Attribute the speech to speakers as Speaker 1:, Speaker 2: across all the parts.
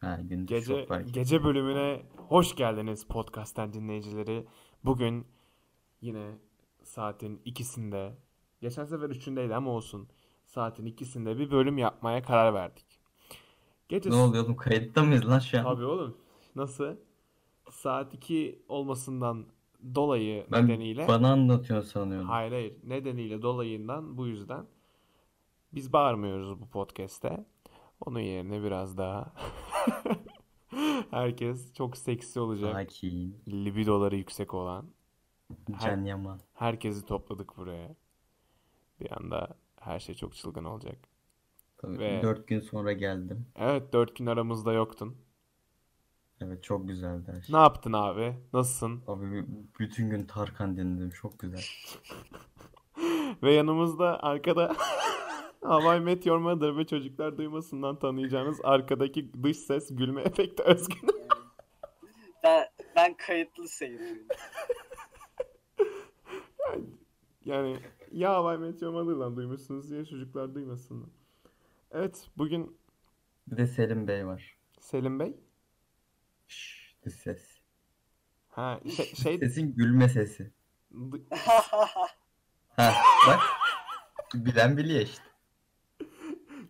Speaker 1: Ha, gündüz
Speaker 2: Gece
Speaker 1: çok fark etmiyor.
Speaker 2: gece bölümüne hoş geldiniz podcast'ten dinleyicileri. Bugün yine saatin ikisinde, geçen sefer üçündeydi ama olsun. Saatin ikisinde bir bölüm yapmaya karar verdik. Gece
Speaker 1: Ne oluyor oğlum kayıtta mıyız lan şu an?
Speaker 2: Tabii oğlum. Nasıl? Saat 2 olmasından dolayı
Speaker 1: Ben
Speaker 2: nedeniyle
Speaker 1: bana anlatıyorsun sanıyordum.
Speaker 2: hayır hayır nedeniyle dolayından bu yüzden biz bağırmıyoruz bu podcast'te. Onun yerine biraz daha herkes çok seksi olacak.
Speaker 1: Sakin.
Speaker 2: Libidoları yüksek olan.
Speaker 1: Can Yaman.
Speaker 2: Herkesi topladık buraya. Bir anda her şey çok çılgın olacak.
Speaker 1: Tabii.
Speaker 2: Ve-
Speaker 1: Dört gün sonra geldim.
Speaker 2: Evet dört gün aramızda yoktun.
Speaker 1: Evet çok güzeldi her şey.
Speaker 2: Ne yaptın abi? Nasılsın?
Speaker 1: Abi b- bütün gün Tarkan dinledim. Çok güzel.
Speaker 2: Ve yanımızda arkada How I Met Your Mother ve çocuklar duymasından tanıyacağınız arkadaki dış ses gülme efekti Özgün.
Speaker 3: Ben, ben kayıtlı sayılırım.
Speaker 2: Yani ya How I Met Your Mother'dan duymuşsunuz diye çocuklar duymasın. Evet bugün
Speaker 1: Bir de Selim Bey var.
Speaker 2: Selim Bey.
Speaker 1: Şşş, dış ses.
Speaker 2: Ha şey, şey
Speaker 1: Sesin gülme sesi.
Speaker 2: d-
Speaker 1: Ha bak. Bilen biliyor işte.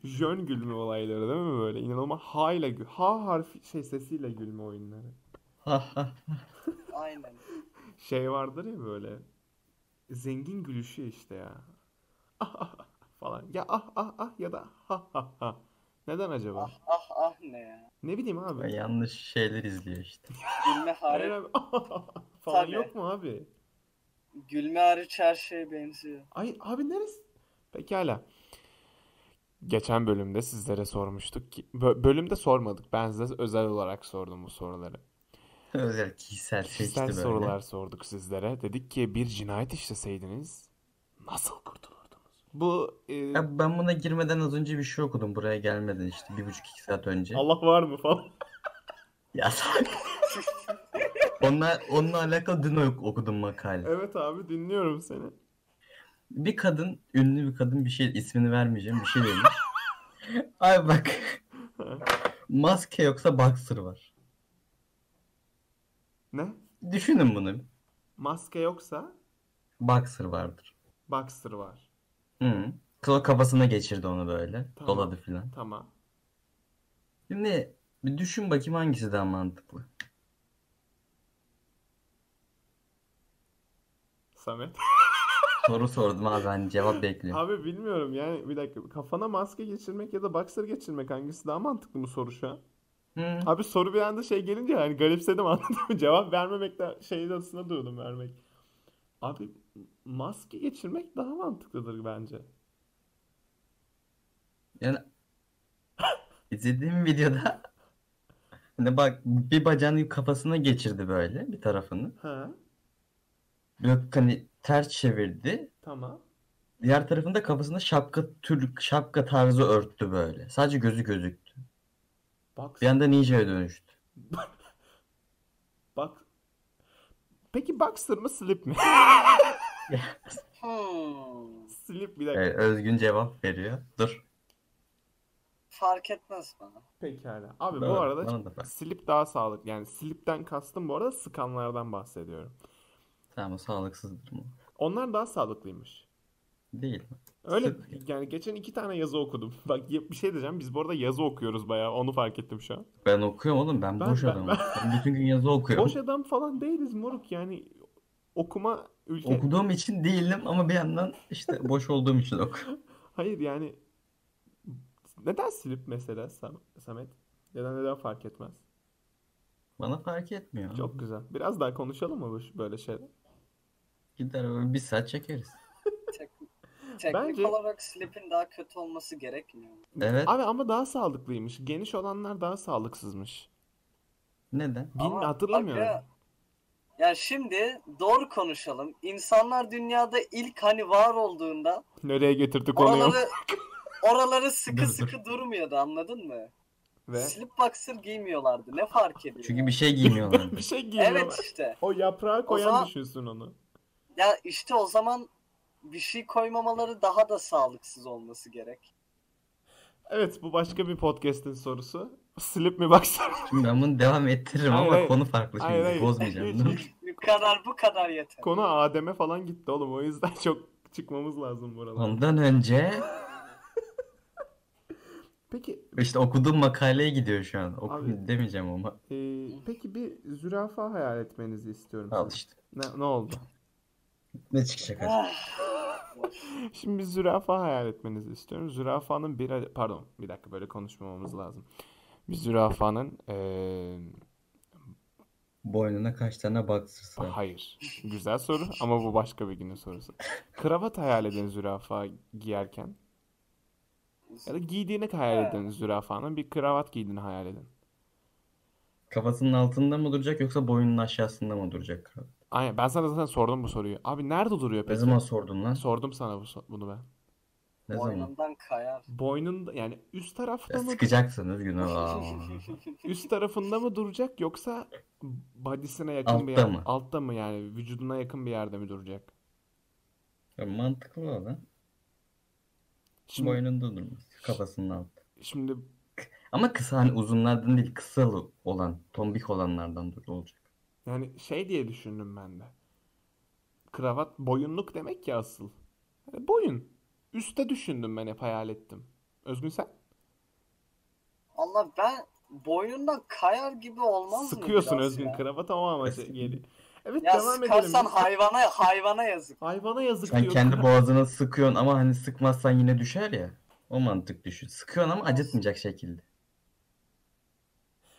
Speaker 2: jön gülme olayları değil mi böyle? İnanılmaz ha ile gü- ha harfi şey sesiyle gülme oyunları.
Speaker 1: Ha ha.
Speaker 3: Aynen.
Speaker 2: Şey vardır ya böyle zengin gülüşü işte ya. Ah ah ah falan. Ya ah ah ah ya da ha ha ha. Neden acaba?
Speaker 3: Ah ah ah ne ya.
Speaker 2: Ne bileyim abi.
Speaker 1: Yanlış şeyler izliyor işte.
Speaker 3: Gülme
Speaker 2: Hayır
Speaker 3: hariç,
Speaker 2: abi. Ah, falan
Speaker 3: Tabii.
Speaker 2: yok mu abi?
Speaker 3: gülme hariç her şeye benziyor.
Speaker 2: Ay abi neresi? Pekala. Geçen bölümde sizlere sormuştuk ki bö- bölümde sormadık. Ben size özel olarak sordum bu soruları.
Speaker 1: Özel kişisel seçti
Speaker 2: Kişisel
Speaker 1: şey böyle.
Speaker 2: sorular sorduk sizlere. Dedik ki bir cinayet işleseydiniz nasıl kurtulurdunuz? Bu e,
Speaker 1: Ya ben buna girmeden az önce bir şey okudum buraya gelmeden işte bir buçuk iki saat önce.
Speaker 2: Allah var mı falan.
Speaker 1: Ya salak. onunla, onunla alakalı dün ok- okudum makale.
Speaker 2: Evet abi dinliyorum seni.
Speaker 1: Bir kadın, ünlü bir kadın bir şey ismini vermeyeceğim bir şey demiş. Ay bak. Maske yoksa boxer var.
Speaker 2: Ne?
Speaker 1: Düşünün bunu.
Speaker 2: Maske yoksa
Speaker 1: Boxer vardır.
Speaker 2: Baxter var.
Speaker 1: Hı. Klo kafasına geçirdi onu böyle.
Speaker 2: Tamam.
Speaker 1: Doladı filan.
Speaker 2: Tamam.
Speaker 1: Şimdi bir düşün bakayım hangisi daha mantıklı.
Speaker 2: Samet.
Speaker 1: Soru sordum abi ben cevap bekliyorum.
Speaker 2: Abi bilmiyorum yani bir dakika kafana maske geçirmek ya da boxer geçirmek hangisi daha mantıklı mı soru şu an?
Speaker 1: Hı.
Speaker 2: Abi soru bir anda şey gelince yani garipsedim anladın mı? Cevap vermemek de şeyin arasında durdum vermek. Abi maske geçirmek daha mantıklıdır bence.
Speaker 1: Yani izlediğim videoda hani bak bir bacağını kafasına geçirdi böyle bir tarafını.
Speaker 2: Ha
Speaker 1: Yok hani ters çevirdi.
Speaker 2: tamam.
Speaker 1: Diğer tarafında kafasında şapka tür şapka tarzı örttü böyle. Sadece gözü gözüktü.
Speaker 2: Box,
Speaker 1: Bir anda ninja'ya dönüştü.
Speaker 2: bak. Peki boxer mı slip mi?
Speaker 3: Hmm.
Speaker 2: slip bir dakika.
Speaker 1: Evet, Ee, Özgün cevap veriyor. Dur.
Speaker 3: Fark etmez bana.
Speaker 2: Pekala. Abi bu
Speaker 1: Bana-
Speaker 2: arada
Speaker 1: bana da bak.
Speaker 2: slip daha sağlıklı. Yani slipten kastım bu arada sıkanlardan bahsediyorum.
Speaker 1: Tamam sağlıksızdır mı?
Speaker 2: Onlar daha sağlıklıymış.
Speaker 1: Değil mi?
Speaker 2: Öyle
Speaker 1: Sık
Speaker 2: yani geçen iki tane yazı okudum. Bak ya- bir şey diyeceğim. Biz bu arada yazı okuyoruz bayağı. Onu fark ettim şu an.
Speaker 1: Ben okuyorum oğlum ben
Speaker 2: Ben-
Speaker 1: boş
Speaker 2: ben-
Speaker 1: adamım. Ben bütün gün yazı okuyorum.
Speaker 2: Boş adam falan değiliz moruk yani. Okuma ülke.
Speaker 1: Okuduğum için değilim ama bir yandan işte boş olduğum için okuyorum.
Speaker 2: Hayır yani. Neden slip mesela Sam- Samet? Ya da neden fark etmez?
Speaker 1: Bana fark etmiyor.
Speaker 2: Çok güzel. Biraz daha konuşalım mı bu- böyle şey? şeyler?
Speaker 1: Gider böyle bir saat çekeriz.
Speaker 3: Tek, teknik
Speaker 2: Bence-
Speaker 3: olarak Slip'in daha kötü olması gerekmiyor. mu?
Speaker 1: Evet.
Speaker 2: Abi ama daha sağlıklıymış. Geniş olanlar daha sağlıksızmış.
Speaker 1: Neden?
Speaker 2: Bin
Speaker 3: Ama
Speaker 2: hatırlamıyorum.
Speaker 3: aga, ya şimdi doğru konuşalım. İnsanlar dünyada ilk hani var olduğunda
Speaker 2: Nereye getirdi konuyu?
Speaker 3: oraları oraları sıkı
Speaker 1: Dur,
Speaker 3: sıkı durmuyordu anladın mı?
Speaker 2: Ve
Speaker 3: Slip boxer giymiyorlardı. Ne fark ediyor?
Speaker 1: Çünkü bir şey giymiyorlar.
Speaker 2: bir şey giyiyorlar.
Speaker 3: Evet işte.
Speaker 2: O yaprağa koyan
Speaker 3: zaman-
Speaker 2: düşünsün onu.
Speaker 3: Ya işte o zaman bir şey koymamaları daha da sağlıksız olması gerek.
Speaker 2: Evet bu başka bir podcast'in sorusu. Slip mi baksana?
Speaker 1: Şimdi ben bunu devam ettiririm
Speaker 2: Hayır,
Speaker 1: ama
Speaker 2: hayır.
Speaker 1: konu farklı şimdi.
Speaker 2: Hayır, hayır.
Speaker 1: Bozmayacağım. değil mi?
Speaker 3: Bu kadar bu kadar yeter.
Speaker 2: Konu Adem'e falan gitti oğlum. O yüzden çok çıkmamız lazım buralara.
Speaker 1: Ondan önce
Speaker 2: Peki
Speaker 1: işte okuduğum makaleye gidiyor şu an. Oku
Speaker 2: Abi.
Speaker 1: demeyeceğim ama.
Speaker 2: e, peki bir zürafa hayal etmenizi istiyorum.
Speaker 1: Al
Speaker 2: sizin.
Speaker 1: işte.
Speaker 2: Ne, ne oldu?
Speaker 1: Ne çıkacak artık?
Speaker 3: Ah,
Speaker 2: Şimdi bir zürafa hayal etmenizi istiyorum. Zürafanın bir adet- pardon bir dakika böyle konuşmamamız lazım. Bir zürafanın ee, eee,
Speaker 1: Boynuna kaç tane boxers var?
Speaker 2: hayır. Güzel soru ama bu başka bir günün sorusu. Kravat hayal edin zürafa giyerken. Ya da giydiğini hayal edin zürafanın. Bir kravat giydiğini hayal edin.
Speaker 1: Kafasının altında mı duracak yoksa boynunun aşağısında mı duracak? kral?
Speaker 2: Aynen ben sana zaten sordum bu soruyu. Abi nerede duruyor
Speaker 1: Ne
Speaker 2: peki?
Speaker 1: zaman sordun lan?
Speaker 2: Sordum sana bu, so- bunu ben.
Speaker 1: Ne zaman?
Speaker 3: boynundan kayar.
Speaker 2: Boynun yani üst tarafta
Speaker 1: Ya
Speaker 2: mı
Speaker 1: sıkacaksın Özgün. Aa.
Speaker 2: üst tarafında mı duracak yoksa body'sine yakın bir
Speaker 1: Altta
Speaker 2: yer,
Speaker 1: mı?
Speaker 2: altta mı yani vücuduna yakın bir yerde mi duracak?
Speaker 1: Ya mantıklı o lan.
Speaker 2: Şimdi
Speaker 1: Boynunda durmaz. Kafasının altı.
Speaker 2: şimdi
Speaker 1: Ama kısa hani uzunlardan değil kısa olan, tombik olanlardan dur- olacak.
Speaker 2: yani şey diye düşündüm ben de. Kravat boyunluk demek ya asıl. Yani boyun. Üste düşündüm ben hep hayal ettim. Özgün sen?
Speaker 3: Allah ben boynundan kayar gibi olmaz mı?
Speaker 2: Sıkıyorsun
Speaker 3: biraz
Speaker 2: Özgün
Speaker 3: ya?
Speaker 2: kravat ama amaç
Speaker 1: Sıkıyorum.
Speaker 2: geliyor. Evet
Speaker 3: Ya
Speaker 2: devam edelim.
Speaker 3: sıkarsan hayvana hayvana yazık.
Speaker 2: Hayvana yazık
Speaker 1: Sen
Speaker 2: diyor.
Speaker 1: kendi
Speaker 2: kra-
Speaker 1: boğazına sıkıyorsun ama hani sıkmazsan yine düşer ya. O mantık düşün. Sıkıyorsun ama acıtmayacak şekilde.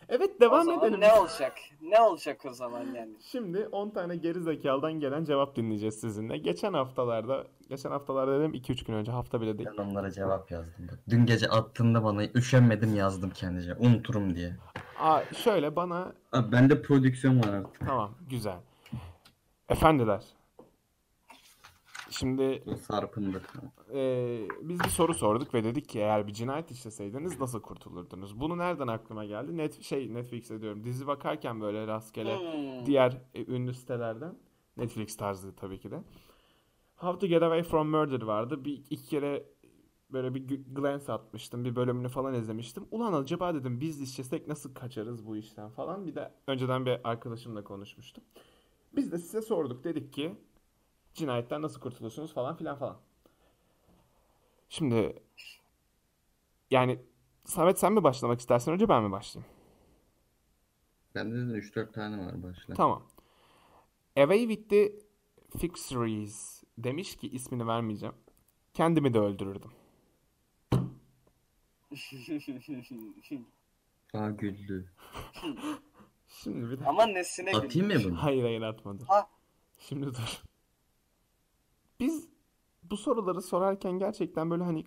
Speaker 2: Evet
Speaker 3: o
Speaker 2: devam
Speaker 3: zaman
Speaker 2: edelim.
Speaker 3: ne olacak? Ne olacak o zaman yani?
Speaker 2: Şimdi 10 tane geri zekalıdan gelen cevap dinleyeceğiz sizinle. Geçen haftalarda, geçen haftalarda dedim 2-3 gün önce hafta bile değil.
Speaker 1: Ben onlara cevap yazdım. Bak, dün gece attığında bana üşenmedim yazdım kendime. Unuturum diye.
Speaker 2: Aa, şöyle bana
Speaker 1: Abi bende prodüksiyon var artık.
Speaker 2: tamam güzel. Efendiler. Şimdi
Speaker 1: Sarpındı.
Speaker 2: e, biz bir soru sorduk ve dedik ki eğer bir cinayet işleseydiniz nasıl kurtulurdunuz? Bunu nereden aklıma geldi? Net şey Netflix'e diyorum. Dizi bakarken böyle rastgele
Speaker 3: Hmm.
Speaker 2: diğer e, ünlü sitelerden Netflix tarzı tabii ki de. How to Get Away from Murder vardı. Bir iki kere böyle bir gl- glance atmıştım. Bir bölümünü falan izlemiştim. Ulan acaba dedim biz işlesek nasıl kaçarız bu işten falan. Bir de önceden bir arkadaşımla konuşmuştum. Biz de size sorduk. Dedik ki cinayetten nasıl kurtulursunuz falan filan falan. Şimdi yani Samet sen mi başlamak istersen önce ben mi başlayayım?
Speaker 1: Bende de 3-4 tane var başla.
Speaker 2: Tamam. Away with the Fixeries demiş ki ismini vermeyeceğim. Kendimi de öldürürdüm.
Speaker 1: Aa güldü.
Speaker 2: Şimdi bir dakika.
Speaker 3: Ama nesine gülüyor?
Speaker 1: Atayım mı bunu?
Speaker 2: Hayır hayır atmadım.
Speaker 3: Ha.
Speaker 2: Şimdi dur. Biz bu soruları sorarken gerçekten böyle hani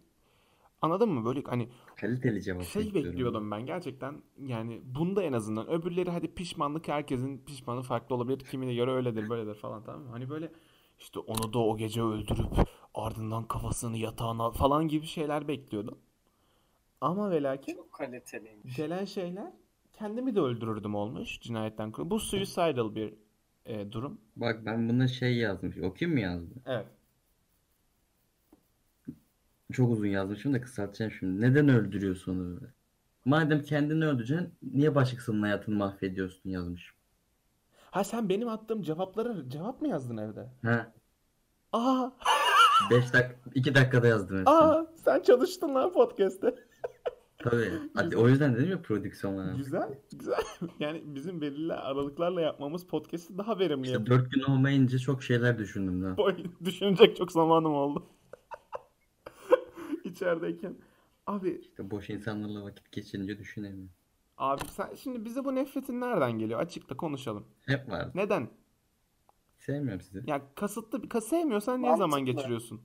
Speaker 2: anladın mı? Böyle hani
Speaker 1: Kaliteli cevap
Speaker 2: şey bekliyordum ben gerçekten yani bunda en azından öbürleri hadi pişmanlık herkesin pişmanı farklı olabilir kimine göre öyledir böyledir falan tamam mı? Hani böyle işte onu da o gece öldürüp ardından kafasını yatağına falan gibi şeyler bekliyordum. Ama ve lakin
Speaker 3: Çok kaliteliymiş.
Speaker 2: gelen şeyler kendimi de öldürürdüm olmuş cinayetten. kurtul- Bu suicidal bir e, durum.
Speaker 1: Bak ben buna şey yazmış. Okuyayım mı yazdı?
Speaker 2: Evet.
Speaker 1: Çok uzun yazmışım da kısaltacağım şimdi. Neden öldürüyorsun onu? böyle? Madem kendini öldüreceksin niye başkasının hayatını mahvediyorsun yazmış.
Speaker 2: Ha sen benim attığım cevaplara cevap mı yazdın evde?
Speaker 1: Ha?
Speaker 2: Aa,
Speaker 1: 5 dak 2 dakikada yazdım hepsini.
Speaker 2: aa sen çalıştın lan podcast'te.
Speaker 1: Tabii. Hadi, o yüzden dedim ya prodüksiyon var. artık.
Speaker 2: Güzel, güzel. Yani bizim belirli aralıklarla yapmamız podcast'i daha verimli
Speaker 1: İşte
Speaker 2: yapıyor.
Speaker 1: 4 gün olmayınca çok şeyler düşündüm lan.
Speaker 2: Boy, düşünecek çok zamanım oldu. İçerideyken. Abi,
Speaker 1: İşte boş insanlarla vakit geçirince düşünemiyorum.
Speaker 2: abi sen şimdi bize bu nefretin nereden geliyor? Açıkta konuşalım.
Speaker 1: Hep var.
Speaker 2: Neden?
Speaker 1: Sevmiyorum sizi.
Speaker 2: Ya kasıtlı bir sevmiyorsan niye zaman
Speaker 3: Mantıklı.
Speaker 2: geçiriyorsun?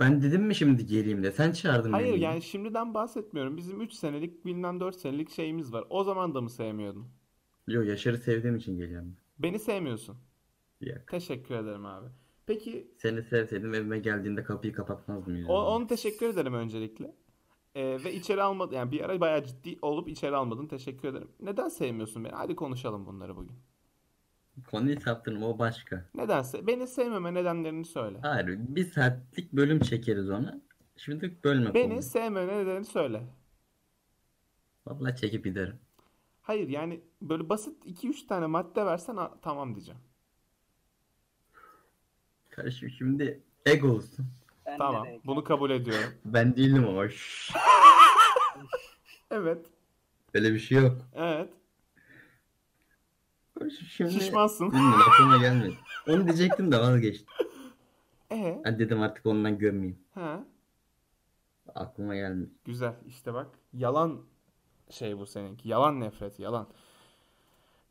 Speaker 1: Ben dedim mi şimdi geleyim de sen çağırdın
Speaker 2: Hayır
Speaker 1: beni.
Speaker 2: yani şimdiden bahsetmiyorum. Bizim 3 senelik bilmem 4 senelik şeyimiz var. O zaman da mı sevmiyordun?
Speaker 1: Yo Yaşar'ı sevdiğim için geliyorum.
Speaker 2: Beni sevmiyorsun.
Speaker 1: ben. Yok.
Speaker 2: Teşekkür ederim abi. Peki
Speaker 1: Seni sevseydim evime geldiğinde kapıyı kapatmazdım yani.
Speaker 2: O, onu teşekkür ederim öncelikle. Ee, ve içeri almadın yani bir ara bayağı ciddi olup içeri almadın teşekkür ederim. Neden sevmiyorsun beni? Hadi konuşalım bunları bugün.
Speaker 1: Konuyu saptırma o başka.
Speaker 2: Nedense beni sevmeme nedenlerini söyle.
Speaker 1: Hayır bir saatlik bölüm çekeriz ona. Şimdi bölme
Speaker 2: Beni
Speaker 1: konuyu.
Speaker 2: sevmeme nedenini söyle.
Speaker 1: Vallahi çekip giderim.
Speaker 2: Hayır yani böyle basit 2-3 tane madde versen "Aa, tamam diyeceğim.
Speaker 1: Karışım şimdi ego olsun.
Speaker 3: Bende
Speaker 2: Tamam
Speaker 3: de-
Speaker 2: bunu kabul ediyorum.
Speaker 1: Ben değilim ama. şşş.
Speaker 2: Evet.
Speaker 1: Öyle bir şey yok.
Speaker 2: Evet.
Speaker 1: Karışım şimdi
Speaker 2: Şişmansın.
Speaker 1: bilmiyorum aklıma gelmedi. Onu diyecektim de vazgeçtim.
Speaker 2: Ee,
Speaker 1: Hadi dedim artık ondan gömmeyeyim.
Speaker 2: ha.
Speaker 1: Aklıma gelmedi.
Speaker 2: Güzel işte bak yalan şey bu seninki yalan nefret yalan.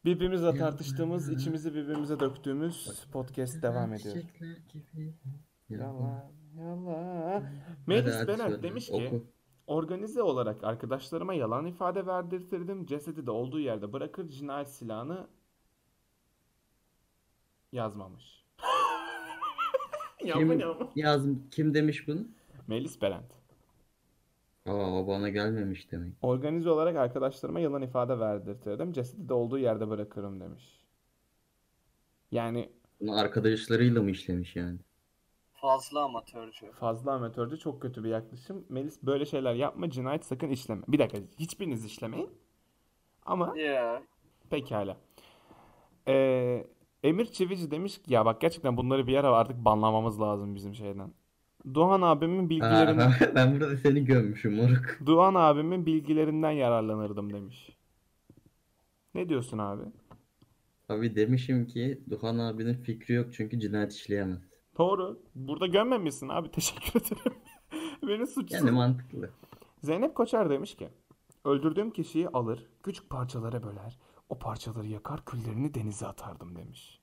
Speaker 2: Birbirimizle tartıştığımız içimizi birbirimize döktüğümüz podcast devam ediyor.
Speaker 1: Çiçekler gibi.
Speaker 2: Yalan yalan.
Speaker 1: Hadi,
Speaker 2: Melis
Speaker 1: hadi
Speaker 2: Bener
Speaker 1: söyle.
Speaker 2: demiş ki
Speaker 1: Oku.
Speaker 2: organize olarak arkadaşlarıma yalan ifade verdirtirdim. Cesedi de olduğu yerde bırakır cinayet silahını yazmamış. Yapma
Speaker 1: Kim-
Speaker 2: yapma.
Speaker 1: Yazım kim demiş bunu?
Speaker 2: Melis Berent.
Speaker 1: Aa o bana gelmemiş demek.
Speaker 2: Organize olarak arkadaşlarıma yalan ifade verdirtirdim. Cesedi de olduğu yerde bırakırım demiş. Yani
Speaker 1: Bunu arkadaşlarıyla mı işlemiş yani?
Speaker 3: Fazla amatörcü.
Speaker 2: fazla amatörce çok kötü bir yaklaşım. Melis böyle şeyler yapma, cinayet sakın işleme. Bir dakika, hiçbiriniz işlemeyin. Ama
Speaker 3: Ya
Speaker 2: pekala. Ee, Emir Çivici demiş ki ya bak gerçekten bunları bir ara artık banlamamız lazım bizim şeyden. Doğan abimin bilgilerini
Speaker 1: Aa, ben burada seni gömmüşüm moruk.
Speaker 2: Doğan abimin bilgilerinden yararlanırdım demiş. Ne diyorsun abi?
Speaker 1: Abi demişim ki Duhan abinin fikri yok çünkü cinayet işleyemez.
Speaker 2: Doğru. Burada gömmemişsin abi. Teşekkür ederim. Beni suçsuz.
Speaker 1: Yani mantıklı.
Speaker 2: Zeynep Koçer demiş ki öldürdüğüm kişiyi alır, küçük parçalara böler, o parçaları yakar, küllerini denize atardım demiş.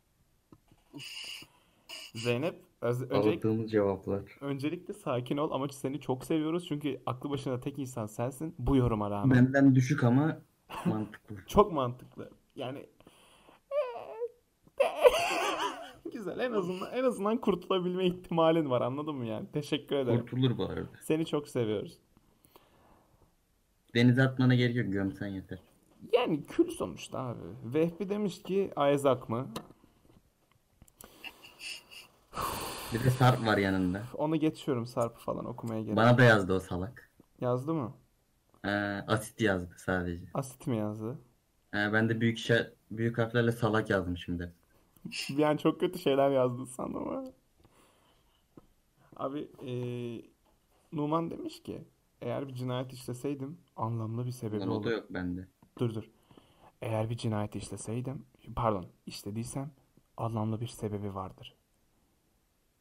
Speaker 2: Zeynep öz- öncelik-
Speaker 1: Aldığımız cevaplar.
Speaker 2: öncelikle sakin ol ama seni çok seviyoruz çünkü aklı başında tek insan sensin bu yoruma rağmen.
Speaker 1: Benden düşük ama mantıklı.
Speaker 2: Çok mantıklı. Yani güzel en azından en azından kurtulabilme ihtimalin var anladın mı yani? Teşekkür ederim.
Speaker 1: Kurtulur bu arada.
Speaker 2: Seni çok seviyoruz.
Speaker 1: Denize atmana gerek yok gömsen yeter.
Speaker 2: Yani kül sonuçta abi. Vehbi demiş ki Ayzak mı?
Speaker 1: Bir de Sarp var yanında.
Speaker 2: Onu geçiyorum Sarp'ı falan okumaya gerek.
Speaker 1: Bana da yazdı o salak.
Speaker 2: Yazdı mı?
Speaker 1: Ee, asit yazdı sadece.
Speaker 2: Asit mi yazdı?
Speaker 1: Ee, ben de büyük şa- büyük harflerle salak yazmışım de.
Speaker 2: Bir an çok kötü şeyler yazdın sandım ama. Abi eee, Numan demiş ki eğer bir cinayet işleseydim anlamlı bir sebebi
Speaker 1: Bunlar o
Speaker 2: olur.
Speaker 1: da yok bende.
Speaker 2: Dur dur. Eğer bir cinayet işleseydim, pardon, işlediysem anlamlı bir sebebi vardır.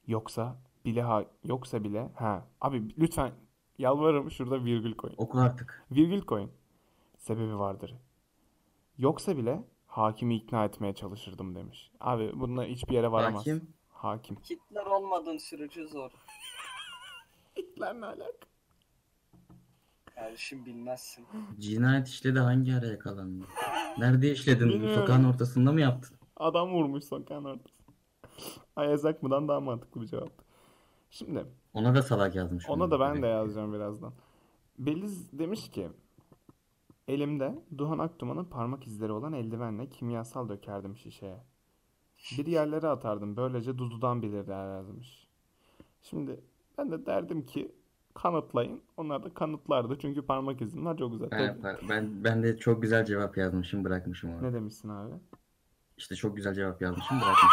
Speaker 2: Yoksa bile ha, yoksa bile ha. Abi lütfen yalvarırım şurada virgül koyun.
Speaker 1: Oku artık.
Speaker 2: Virgül koyun. Sebebi vardır. Yoksa bile hakimi ikna etmeye çalışırdım demiş. Abi bununla hiçbir yere varamaz.
Speaker 1: Hakim.
Speaker 2: Hakim.
Speaker 3: kitler olmadığın sürece zor.
Speaker 2: İkna ne alaka?
Speaker 3: Kardeşim bilmezsin.
Speaker 1: Cinayet işledi hangi ara yakalandı? Nerede işledin?
Speaker 2: Bilmiyorum.
Speaker 1: Sokağın ortasında mı yaptın?
Speaker 2: Adam vurmuş sokağın ortasına. Ayazak mıdan daha mantıklı bir cevap. Şimdi
Speaker 1: Ona da salak yazmış.
Speaker 2: Ona da ben de yazacağım birazdan. Beliz demiş ki elimde Duhan Akduman'ın parmak izleri olan eldivenle kimyasal dökerdim şişeye. Bir yerlere atardım böylece dududan bilirler yazmış. Şimdi ben de derdim ki kanıtlayın. Onlar da kanıtlardı çünkü parmak izim var çok güzel.
Speaker 1: Ben,
Speaker 2: Tabii.
Speaker 1: yapar- ben, ben de çok güzel cevap yazmışım bırakmışım orada.
Speaker 2: Ne demişsin abi?
Speaker 1: İşte çok güzel cevap yazmışım bırakmışım.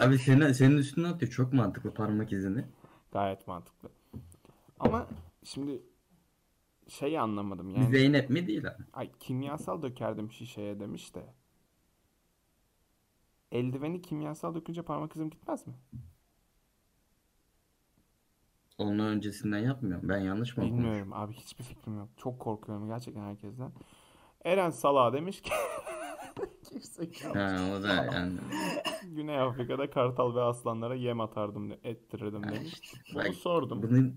Speaker 1: Abi senin, senin üstüne atıyor çok mantıklı parmak izini.
Speaker 2: Gayet mantıklı. Ama şimdi şeyi anlamadım yani.
Speaker 1: Zeynep mi değil abi.
Speaker 2: Ay kimyasal dökerdim şişeye demiş de. Eldiveni kimyasal dökünce parmak izim gitmez mi?
Speaker 1: Onun öncesinden yapmıyorum. Ben yanlış mı okumuşum?
Speaker 2: Bilmiyorum abi hiçbir fikrim yok. Çok korkuyorum gerçekten herkesten. Eren Salah demiş ki Gerizekalı.
Speaker 1: Ha, o da yani.
Speaker 2: Güney Afrika'da kartal ve aslanlara yem atardım, de- ettirirdim
Speaker 1: Ha,
Speaker 2: demiş.
Speaker 1: işte.
Speaker 2: Bunu
Speaker 1: Bak,
Speaker 2: sordum.
Speaker 1: Bunu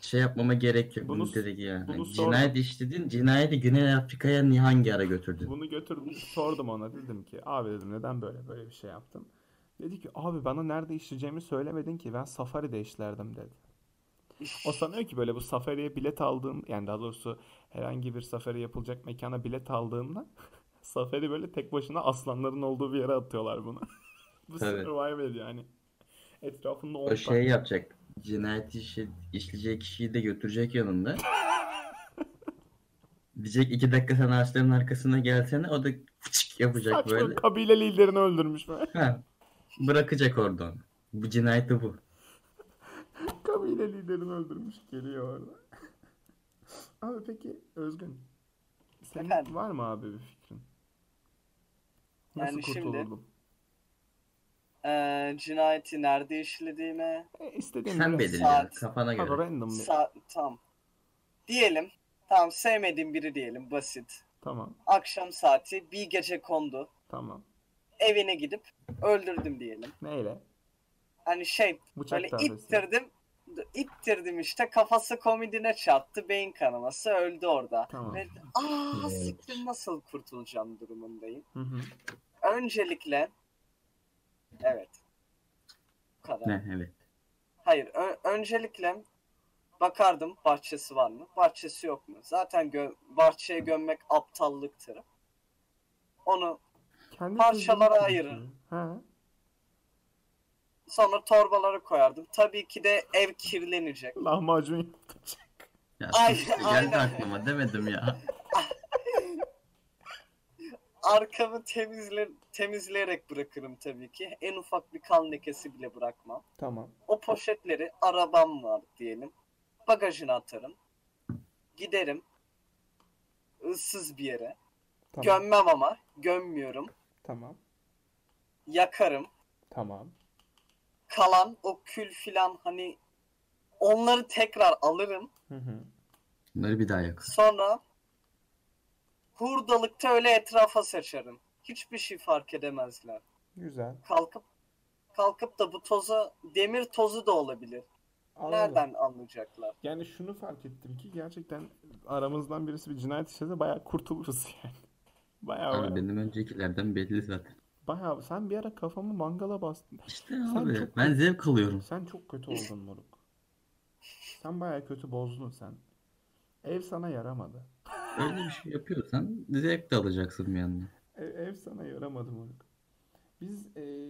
Speaker 1: şey yapmama gerek yok.
Speaker 2: Bunu
Speaker 1: Bunu,
Speaker 2: s-
Speaker 1: direkt yani.
Speaker 2: bunu sor-
Speaker 1: Cinayet işledin. Cinayeti Güney Afrika'ya ni- hangi ara götürdün?
Speaker 2: Bunu götürdüm sordum ona dedim ki abi dedim neden böyle böyle bir şey yaptım. Dedi ki abi bana nerede işleyeceğimi söylemedin ki ben Safari'de işlerdim dedi. O sanıyor ki böyle bu Safari'ye bilet aldığım yani daha doğrusu herhangi bir Safari yapılacak mekana bilet aldığımda Safari böyle tek başına aslanların olduğu bir yere atıyorlar bunu. Bu
Speaker 1: Tabii. şey
Speaker 2: survive ediyor yani. Etrafında 10
Speaker 1: O şey yapacak. Cinayet işi, işleyecek kişiyi de götürecek yanında. Diyecek iki dakika sen ağaçların arkasına gelsene o da fıçık yapacak
Speaker 2: Saçma
Speaker 1: böyle.
Speaker 2: kabile liderini öldürmüş be.
Speaker 1: Ha. Bırakacak orada onu. Bu cinayeti bu.
Speaker 2: kabile liderini öldürmüş geliyor orada. abi peki Özgün. Senin
Speaker 3: Efendim?
Speaker 2: var mı abi bir fikrin? Nasıl
Speaker 3: Yani şimdi-
Speaker 2: kurtulurdum?
Speaker 3: Ee, cinayeti nerede işlediğine.
Speaker 2: E, istediğin
Speaker 1: Sen
Speaker 2: biraz-
Speaker 1: belirle
Speaker 3: saat.
Speaker 1: kafana
Speaker 2: Abi
Speaker 1: göre.
Speaker 2: random bir-
Speaker 3: Sa- tam. Diyelim. Tam sevmediğim biri diyelim basit.
Speaker 2: Tamam
Speaker 3: Akşam saati bir gece kondu.
Speaker 2: tamam.
Speaker 3: Evine gidip öldürdüm diyelim.
Speaker 2: Neyle?
Speaker 3: Hani şey
Speaker 2: Bıçak
Speaker 3: böyle
Speaker 2: darbesi.
Speaker 3: ittirdim. ittirdim işte kafası komidine çarptı beyin kanaması öldü orada.
Speaker 2: Tamam.
Speaker 3: Ve aa
Speaker 1: Evet.
Speaker 3: siktir nasıl kurtulacağım durumundayım.
Speaker 2: Hı hı.
Speaker 3: Öncelikle evet. Bu kadar.
Speaker 1: Ha, evet.
Speaker 3: Hayır, ö- öncelikle bakardım bahçesi var mı? Bahçesi yok mu? Zaten gö- bahçeye gömmek aptallıktır. Onu
Speaker 2: Kendi
Speaker 3: Parçalara
Speaker 2: çocuğunu
Speaker 3: ayırın.
Speaker 2: konuşuyor. Ha.
Speaker 3: sonra torbalara koyardım. Tabii ki de ev kirlenecek.
Speaker 2: Lahmacun yaptı.
Speaker 1: Ya,
Speaker 3: Ay,
Speaker 1: sus, geldi
Speaker 3: aynen.
Speaker 1: aklıma demedim ya.
Speaker 3: Arkamı temizle temizleyerek bırakırım tabii ki. En ufak bir kan lekesi bile bırakmam.
Speaker 2: Tamam.
Speaker 3: O poşetleri arabam var diyelim. Bagajına atarım. Giderim. Issız bir yere.
Speaker 2: Tamam.
Speaker 3: Gömmem ama. Gömmüyorum.
Speaker 2: Tamam.
Speaker 3: Yakarım.
Speaker 2: Tamam.
Speaker 3: kalan o kül filan hani onları tekrar alırım.
Speaker 2: Hı hı.
Speaker 1: Bunları bir daha yakın.
Speaker 3: Sonra hurdalıkta öyle etrafa saçarım. Hiçbir şey fark edemezler.
Speaker 2: Güzel.
Speaker 3: Kalkıp kalkıp da bu toza demir tozu da olabilir.
Speaker 2: Anladım.
Speaker 3: Nereden anlayacaklar?
Speaker 2: Yani şunu fark ettim ki gerçekten aramızdan birisi bir cinayet işlese bayağı kurtuluruz yani. Bayağı
Speaker 1: Abi
Speaker 2: bayağı.
Speaker 1: benim öncekilerden belli zaten.
Speaker 2: Bayağı sen bir ara kafamı mangala bastın.
Speaker 1: İşte
Speaker 2: Sen
Speaker 1: abi
Speaker 2: çok-
Speaker 1: ben zevk alıyorum.
Speaker 2: Sen çok kötü oldun moruk. Sen bayağı kötü bozdun sen. Ev sana yaramadı.
Speaker 1: Öyle bir şey yapıyorsan zevk de alacaksın bir yandan.
Speaker 2: Ev, E, ev sana yaramadı moruk. Biz eee,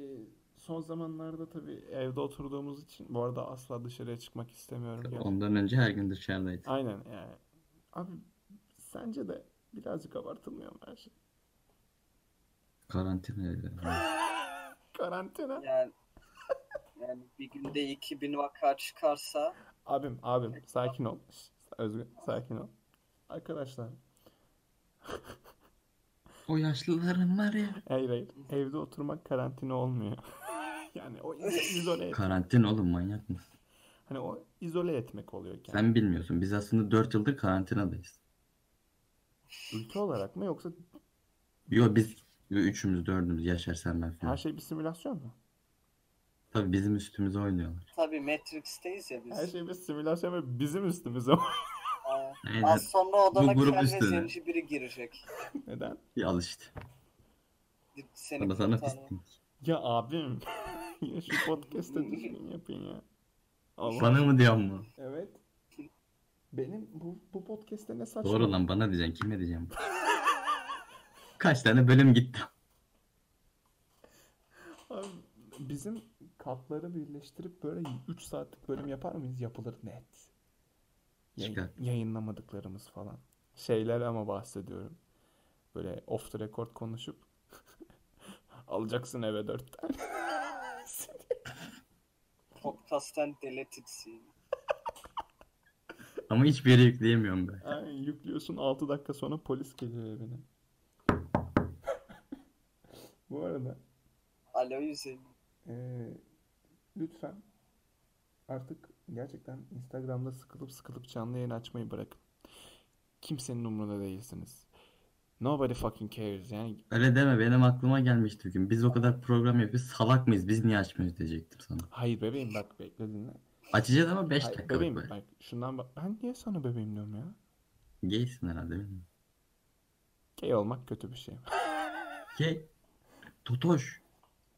Speaker 2: son zamanlarda tabii evde oturduğumuz için bu arada asla dışarıya çıkmak istemiyorum.
Speaker 1: Ondan önce her gün dışarıdaydı.
Speaker 2: Aynen yani. Abi sence de birazcık abartılmıyor mu her şey?
Speaker 1: Karantina öyle.
Speaker 2: Karantina.
Speaker 3: Yani yani bir günde 2000 vaka çıkarsa
Speaker 2: Abim, abim sakin ol. Şşş, Özgür sakin ol. Arkadaşlar
Speaker 1: O yaşlıların var ya.
Speaker 2: hayır hayır evde oturmak karantina olmuyor. Yani o iz- izole et-
Speaker 1: Karantina oğlum manyak mısın?
Speaker 2: hani o izole etmek oluyor kendini.
Speaker 1: Sen bilmiyorsun. Biz aslında 4 yıldır karantinadayız.
Speaker 2: Ülke olarak mı yoksa
Speaker 1: Yo biz üçümüz dördümüz Yaşar sen ben
Speaker 2: her
Speaker 1: falan.
Speaker 2: şey bir simülasyon mu?
Speaker 1: Tabii bizim üstümüze oynuyorlar.
Speaker 3: tabii Matrix'teyiz ya biz.
Speaker 2: Her şey bir simülasyon ve bizim üstümüze.
Speaker 3: Aa,
Speaker 1: Aynen.
Speaker 3: Az sonra odana
Speaker 1: Bu grup
Speaker 3: kel ve
Speaker 1: üstüne.
Speaker 3: zenci biri girecek.
Speaker 2: Neden?
Speaker 1: Ya al işte.
Speaker 3: Seni
Speaker 1: Sana sana
Speaker 3: kurtarmak.
Speaker 1: pislik.
Speaker 2: Ya abim. ya şu podcast'te düzgün yapın ya. Allah.
Speaker 1: Bana mı diyorsun bu?
Speaker 2: Evet. Benim bu, bu podcast'te ne saçma.
Speaker 1: Doğru lan bana diyeceksin. Kime diyeceğim? Kaç tane bölüm gitti.
Speaker 2: Abi, bizim katları birleştirip böyle 3 saatlik bölüm yapar mıyız? Yapılır net. Yayın-
Speaker 1: Çıkar.
Speaker 2: yayınlamadıklarımız falan. Şeyler ama bahsediyorum. Böyle off the record konuşup alacaksın eve 4 tane.
Speaker 3: Podcast'ten deleted scene.
Speaker 1: Ama hiçbir yere yükleyemiyorum ben.
Speaker 2: Aynen, yüklüyorsun 6 dakika sonra polis geliyor evine. Bu arada
Speaker 3: Alo yüzeyim.
Speaker 2: Ee, lütfen artık gerçekten Instagram'da sıkılıp sıkılıp canlı yayın açmayı bırakın. Kimsenin umurunda değilsiniz. Nobody fucking cares. Yani
Speaker 1: Öyle deme benim aklıma gelmişti bugün. Biz o kadar program yapıyoruz. Salak mıyız? Biz niye açmıyoruz diyecektim sana.
Speaker 2: hayır bebeğim bak bekle dinle.
Speaker 1: Açacağız ama 5
Speaker 2: Hayır,
Speaker 1: dakika.
Speaker 2: bebeğim
Speaker 1: böyle.
Speaker 2: bak şundan bak. Ben niye sana bebeğim diyorum ya?
Speaker 1: Gaysin herhalde bilmiyorum.
Speaker 2: Gay olmak kötü bir şey.
Speaker 1: Gay. Totoş.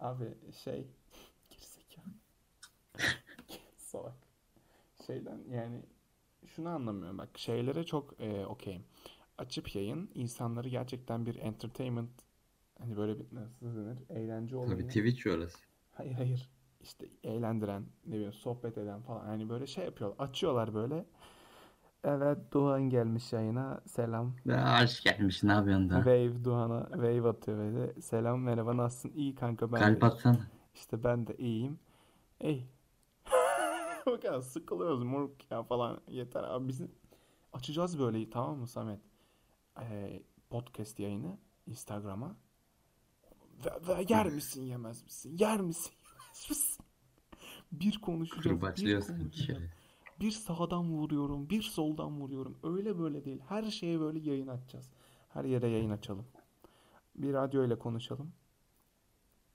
Speaker 2: Abi şey gerizekalı. Salak. Şeyden yani şunu anlamıyorum bak şeylere çok e, okeyim. Açıp yayın insanları gerçekten bir entertainment hani böyle bir nasıl denir eğlence
Speaker 1: Tabii
Speaker 2: olayına.
Speaker 1: Twitch orası.
Speaker 2: Hayır hayır işte eğlendiren ne bileyim sohbet eden falan hani böyle şey yapıyorlar açıyorlar böyle Evet Duhan gelmiş yayına. Selam.
Speaker 1: Aa, hoş gelmiş ne yapıyorsun da?
Speaker 2: Wave Duhan'a wave atıyor böyle. Selam merhaba nasılsın? İyi kanka ben
Speaker 1: Kalp
Speaker 2: de.
Speaker 1: atsana.
Speaker 2: İşte ben de iyiyim. Ey. Bu kadar sıkılıyoruz moruk ya falan. Yeter abi biz açacağız böyle tamam mı Samet? Ee, podcast yayını Instagram'a. Ve, ve yer misin yemez misin? Yer misin yemez misin? Bir konuşacağız, bir
Speaker 1: Kırbaçlıyorsun
Speaker 2: konuşacağız.
Speaker 1: şöyle.
Speaker 2: Bir sağdan vuruyorum, bir soldan vuruyorum. Öyle böyle değil. Her şeye böyle yayın açacağız. Her yere yayın açalım. Bir radyo ile konuşalım.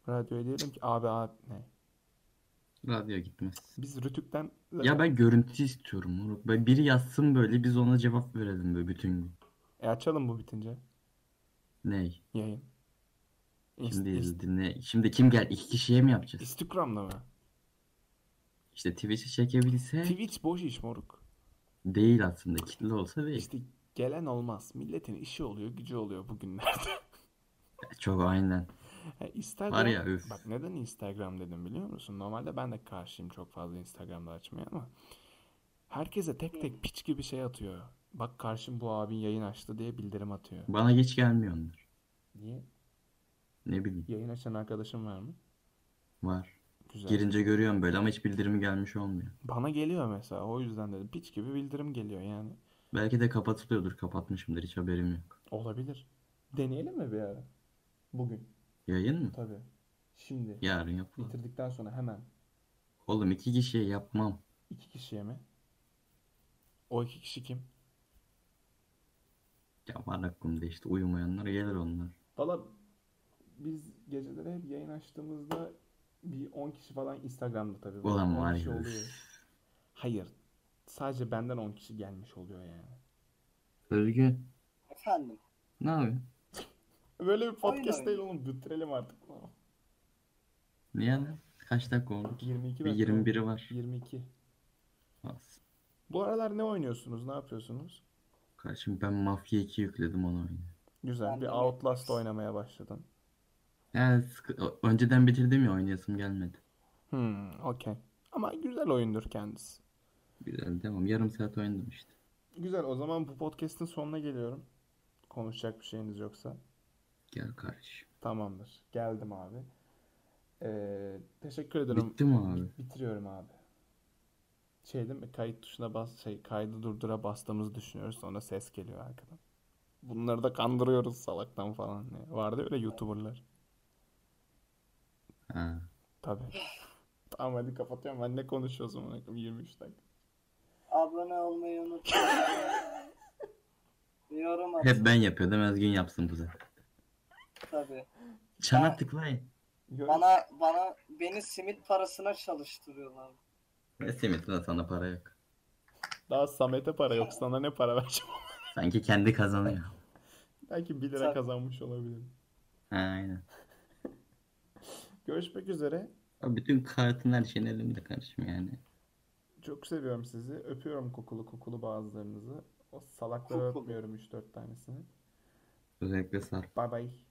Speaker 2: Radyoya diyelim ki abi abi ne?
Speaker 1: Radyo gitmez.
Speaker 2: Biz Rütük'ten
Speaker 1: Ya ben görüntü istiyorum Moruk. Ben biri yazsın böyle biz ona cevap verelim böyle bütün gün.
Speaker 2: E açalım bu bitince
Speaker 1: Ney?
Speaker 2: yayın.
Speaker 1: Kim
Speaker 2: İst- ist-
Speaker 1: değildi ne? Şimdi kim gel? İki kişiye mi yapacağız?
Speaker 2: Instagram'da mı?
Speaker 1: İşte Twitch'i çekebilse
Speaker 2: Twitch boş iş moruk.
Speaker 1: değil aslında. Kitle olsa değil.
Speaker 2: İşte gelen olmaz. Milletin işi oluyor, gücü oluyor bugünlerde.
Speaker 1: Çok aynen.
Speaker 2: Ha, Instagram.
Speaker 1: Var ya, üf.
Speaker 2: Bak neden Instagram dedim biliyor musun? Normalde ben de karşıyım çok fazla Instagram'da açmaya ama herkese tek tek piç gibi şey atıyor. Bak karşım bu abin yayın açtı diye bildirim atıyor.
Speaker 1: Bana geç gelmiyor onlar.
Speaker 2: Niye?
Speaker 1: Ne bileyim.
Speaker 2: Yayın açan arkadaşım var mı?
Speaker 1: Var.
Speaker 2: Güzel.
Speaker 1: Girince görüyorum böyle ama hiç bildirimi gelmiş olmuyor.
Speaker 2: Bana geliyor mesela o yüzden dedim. Piç gibi bildirim geliyor yani.
Speaker 1: Belki de kapatılıyordur. Kapatmışımdır. Hiç haberim yok.
Speaker 2: Olabilir. Deneyelim mi bir ara? Bugün.
Speaker 1: Yayın mı?
Speaker 2: Tabii. Şimdi.
Speaker 1: Yarın yapalım.
Speaker 2: Bitirdikten sonra hemen.
Speaker 1: Oğlum iki kişiye yapmam.
Speaker 2: iki kişiye mi? O iki kişi kim?
Speaker 1: Ya var aklımda işte uyumayanlar gelir onlar.
Speaker 2: Valla biz geceleri hep yayın açtığımızda bir 10 kişi falan Instagram'da tabii.
Speaker 1: Ulan
Speaker 2: 10
Speaker 1: var
Speaker 2: kişi
Speaker 1: ya.
Speaker 2: şey oluyor.
Speaker 1: üf.
Speaker 2: Hayır. Sadece benden 10 kişi gelmiş oluyor yani.
Speaker 1: Özgü.
Speaker 3: Efendim.
Speaker 1: Ne yapıyorsun?
Speaker 2: Böyle bir podcast
Speaker 3: Aynen.
Speaker 2: değil oğlum. Bitirelim artık.
Speaker 1: Niye lan? Kaç dakika oldu?
Speaker 2: 22
Speaker 1: Bir
Speaker 2: dakika
Speaker 1: 21'i
Speaker 2: oldu.
Speaker 1: var.
Speaker 2: 22.
Speaker 1: Az.
Speaker 2: Bu aralar ne oynuyorsunuz? Ne yapıyorsunuz?
Speaker 1: Kardeşim ben Mafya 2 yükledim ona oyunu.
Speaker 2: Güzel.
Speaker 3: Ben
Speaker 2: bir
Speaker 3: de
Speaker 2: Outlast oynamaya başladım.
Speaker 1: Ya sıkı- ö- önceden bitirdim ya oynayasım gelmedi.
Speaker 2: Hmm, okey. Ama güzel oyundur kendisi.
Speaker 1: Güzel tamam yarım saat oynadım işte.
Speaker 2: Güzel. O zaman bu podcast'in sonuna geliyorum. Konuşacak bir şeyiniz yoksa.
Speaker 1: Gel kardeşim.
Speaker 2: Tamamdır. Geldim abi. Ee, teşekkür ederim.
Speaker 1: Bitti mi abi?
Speaker 2: Bitiriyorum abi. Şey değil mi? Kayıt tuşuna bas, şey, kaydı durdura bastığımızı düşünüyoruz. Sonra ses geliyor arkadan. Bunları da kandırıyoruz salaktan falan. diye. Vardı öyle YouTuber'lar.
Speaker 1: Ha.
Speaker 2: Tabii. Tamam hadi kapatıyorum. Ben ne konuşuyoruz amına koyayım? 23 dakika.
Speaker 3: Abone olmayı unutmayın. Yorum atın
Speaker 1: Hep ben yapıyordum Özgün yapsın bu sefer.
Speaker 3: tabii.
Speaker 1: Çana tıklayın.
Speaker 2: Gör-
Speaker 3: Bana bana beni simit parasına çalıştırıyorlar.
Speaker 1: Ne simit lan sana para yok.
Speaker 2: Daha Samet'e para yok. Sana ne para vereceğim?
Speaker 1: Sanki kendi kazanıyor.
Speaker 2: Belki 1 lira
Speaker 3: Tabii.
Speaker 2: kazanmış olabilirim.
Speaker 1: Ha, aynen.
Speaker 2: Görüşmek üzere.
Speaker 1: Abi bütün kartın her şeyin elimde kardeşim yani.
Speaker 2: Çok seviyorum sizi. Öpüyorum kokulu kokulu bazılarınızı. O salakları
Speaker 3: Kokulu.
Speaker 2: öpmüyorum 3-4 tanesini.
Speaker 1: Özellikle Sarp.
Speaker 2: Bay bay.